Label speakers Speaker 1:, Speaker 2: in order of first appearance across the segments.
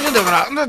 Speaker 1: nak. Nak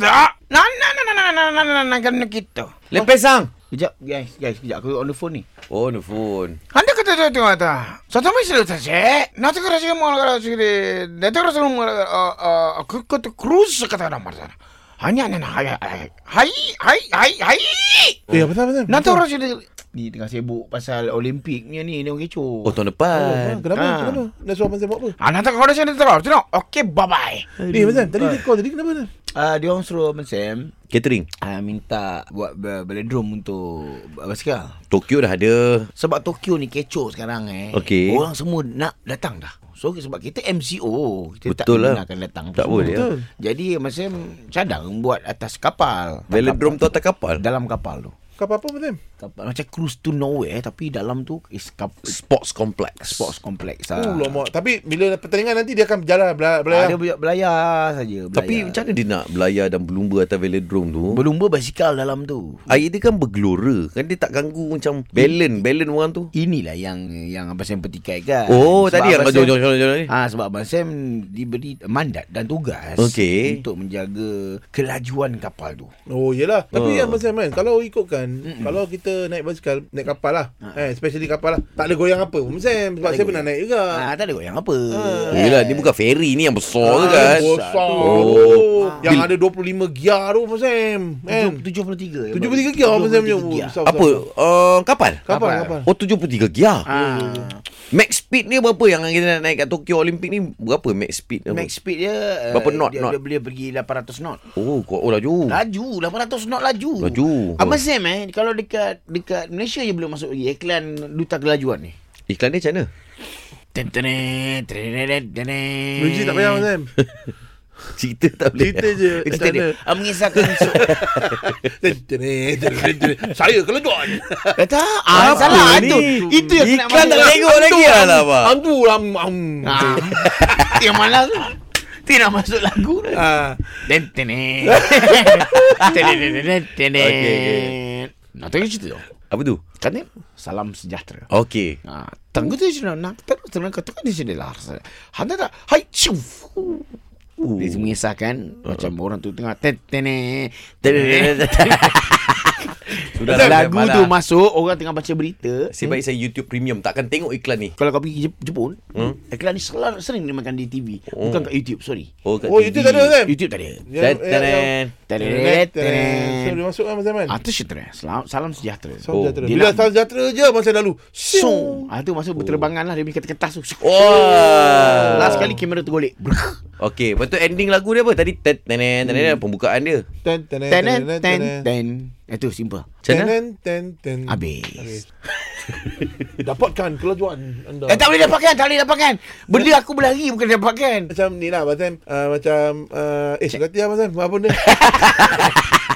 Speaker 1: nak nak nak nak nak nak nak kena kita.
Speaker 2: Lepes sang.
Speaker 1: Kejap guys, guys, kejap aku on the phone ni.
Speaker 2: Oh, no phone.
Speaker 1: Anda kata tu tengok tak? Satu mesti lu saja. Nanti kau rasa mau kalau sini. Nanti kau rasa mau uh, aku kau tu cruise kata nama sana. Hanya hanya hai hai hai hai hai hai.
Speaker 3: Ya betul betul.
Speaker 1: Nanti orang sini ni tengah sibuk pasal Olimpik punya ni dia orang kecoh.
Speaker 2: Oh, tahun
Speaker 3: Ah,
Speaker 2: depan.
Speaker 3: Kenapa?
Speaker 1: Ah.
Speaker 3: Kenapa? Nak suruh abang saya buat apa?
Speaker 1: Ah, nanti kau dah sini terus. Tengok. Okey, bye-bye.
Speaker 3: Eh, Abang Sam, tadi dia call tadi kenapa? Abang Sam?
Speaker 1: Ah, dia orang suruh Abang Sam
Speaker 2: Catering.
Speaker 1: ah, minta buat uh, beledrum untuk basikal.
Speaker 2: Tokyo dah ada.
Speaker 1: Sebab Tokyo ni kecoh sekarang eh.
Speaker 2: Okey.
Speaker 1: Orang semua nak datang dah. So sebab kita MCO, kita
Speaker 2: Betul lah.
Speaker 1: tak akan datang.
Speaker 2: Tak boleh,
Speaker 3: Betul.
Speaker 1: Jadi macam cadang buat atas kapal.
Speaker 2: Velodrome tu atas kapal.
Speaker 1: dalam kapal tu.
Speaker 3: Kapal apa Abang Sam?
Speaker 1: Kapal macam cruise to nowhere eh. tapi dalam tu is kap,
Speaker 2: Sports complex.
Speaker 1: sports complex
Speaker 3: Oh,
Speaker 1: lah.
Speaker 3: lama. Tapi bila pertandingan nanti dia akan berjalan belayar.
Speaker 1: Ah, dia
Speaker 3: belayar.
Speaker 1: buat belayar saja. Belayar.
Speaker 2: Tapi macam mana dia nak belayar dan berlumba atas velodrome tu?
Speaker 1: berlumba basikal dalam tu.
Speaker 2: Air dia kan bergelora. Kan dia tak ganggu macam balance, balance orang tu.
Speaker 1: Inilah yang yang Abang Sam petikaikan.
Speaker 2: Oh,
Speaker 1: kan. Eh, Sebab
Speaker 2: tadi yang
Speaker 1: Abang
Speaker 2: kau
Speaker 1: Sam-
Speaker 2: jom-jom
Speaker 3: Eh.
Speaker 2: ni.
Speaker 1: Ah ha, sebab Abang Sam diberi mandat dan tugas
Speaker 2: Okey.
Speaker 1: untuk menjaga kelajuan kapal tu.
Speaker 3: Oh, yelah. Tapi yang Abang Sam kan, kalau ikutkan, kalau kita naik basikal, naik kapal lah. Eh, especially kapal lah. Tak ada goyang apa pun Abang Sam. Sebab
Speaker 1: Ah. Tak ada
Speaker 3: saya pernah
Speaker 1: goyang.
Speaker 3: naik juga.
Speaker 1: Ah ha, tak ada goyang apa. Ha.
Speaker 2: Yelah, ni bukan ferry ni yang besar tu
Speaker 3: Ah,
Speaker 2: kan.
Speaker 3: Besar.
Speaker 1: Ah.
Speaker 2: Oh.
Speaker 3: Yang
Speaker 2: Bil-
Speaker 3: ada 25 gear tu Abang Sam. Kan?
Speaker 1: 73.
Speaker 3: 73 gear Abang Sam punya. Oh,
Speaker 1: gear.
Speaker 3: besar,
Speaker 2: Apa?
Speaker 3: besar.
Speaker 2: Uh, kapal?
Speaker 3: Kapal,
Speaker 1: Kapal.
Speaker 3: kapal.
Speaker 2: Oh, 73 gear.
Speaker 1: Ah.
Speaker 2: Max speed dia berapa yang kita nak naik kat Tokyo Olympic ni? Berapa max speed? dia?
Speaker 1: Max speed dia eh,
Speaker 2: Berapa knot,
Speaker 1: dia,
Speaker 2: knot?
Speaker 1: dia boleh pergi 800 knot.
Speaker 2: Oh, kau oh, laju.
Speaker 1: Laju 800 knot laju.
Speaker 2: Laju.
Speaker 1: Abang Sam eh kalau dekat dekat Malaysia je belum masuk lagi iklan duta kelajuan ni.
Speaker 2: Iklan dia macam mana?
Speaker 3: Muji
Speaker 1: Music
Speaker 3: tak payah Abang Sam.
Speaker 2: Cerita tak boleh. Eh,
Speaker 3: Cerita je.
Speaker 1: Cerita dia. Ah, mengisahkan so-
Speaker 3: Saya kelejuan.
Speaker 1: Eh, tak. Ah,
Speaker 2: Apa
Speaker 1: salah
Speaker 2: ni?
Speaker 1: itu. Itu yang kena
Speaker 2: Iklan tak
Speaker 1: marah.
Speaker 2: tengok lagi lah Abang.
Speaker 3: Hantu ram. am.
Speaker 1: Ah. Itu yang malas tu. Dia nak masuk lagu tu.
Speaker 3: Ah.
Speaker 1: Dan tene. Tene tene.
Speaker 2: Okey, okey.
Speaker 1: Nak tengok cerita tu.
Speaker 2: Apa tu?
Speaker 1: Kan ni? Salam sejahtera.
Speaker 2: Okey.
Speaker 1: Ah, tangguh tu sini nak terus terus katakan di sini lah. Handa tak. Hai cium.
Speaker 2: Uh.
Speaker 1: Dia mengisahkan kan, macam orang tu tengah Uh. tene
Speaker 2: Sudah lah,
Speaker 1: Lagu
Speaker 2: malah.
Speaker 1: tu masuk orang tengah baca berita.
Speaker 2: Nasib baik saya YouTube Premium Takkan tengok iklan ni
Speaker 1: Kalau kau pergi Jep- Jepun, hmm? iklan ni selalu sering dimainkan di TV, bukan kat YouTube, sorry.
Speaker 2: Oh, kat
Speaker 3: Oh,
Speaker 2: TV.
Speaker 3: itu tak ada Sam.
Speaker 1: YouTube tak ada.
Speaker 3: Yang- yang- yang-
Speaker 1: Teret,
Speaker 3: So,
Speaker 1: teret.
Speaker 3: dia masuk kan Abang Sam kan?
Speaker 1: Ah, tu sejahtera. Salam, salam sejahtera.
Speaker 3: Salam
Speaker 2: Oh.
Speaker 3: sejahtera.
Speaker 1: Dia
Speaker 3: Bila
Speaker 1: nak-
Speaker 3: salam sejahtera je Abang Sam lalu.
Speaker 1: So, ah, tu masuk berterbangan lah dia punya kertas-kertas tu.
Speaker 2: Wah.
Speaker 3: Oh.
Speaker 1: Last kali kamera tergolek.
Speaker 2: Okey Lepas tu ending lagu dia apa Tadi ten, ten, ten, ten, ten, Pembukaan dia
Speaker 3: Ten, ten,
Speaker 1: Ten,
Speaker 3: ten, ten,
Speaker 1: ten,
Speaker 3: ten.
Speaker 1: ten. Itu simple.
Speaker 2: Macam mana
Speaker 3: Ten, ten, ten.
Speaker 1: Habis.
Speaker 3: Habis. Dapatkan kelajuan anda.
Speaker 1: Eh, tak boleh dapatkan, tak boleh dapatkan. Benda aku berlari bukan dapatkan.
Speaker 3: Ah, Macam ni lah Abang Sam uh, Macam uh, Eh, berarti Abang Sam Apa benda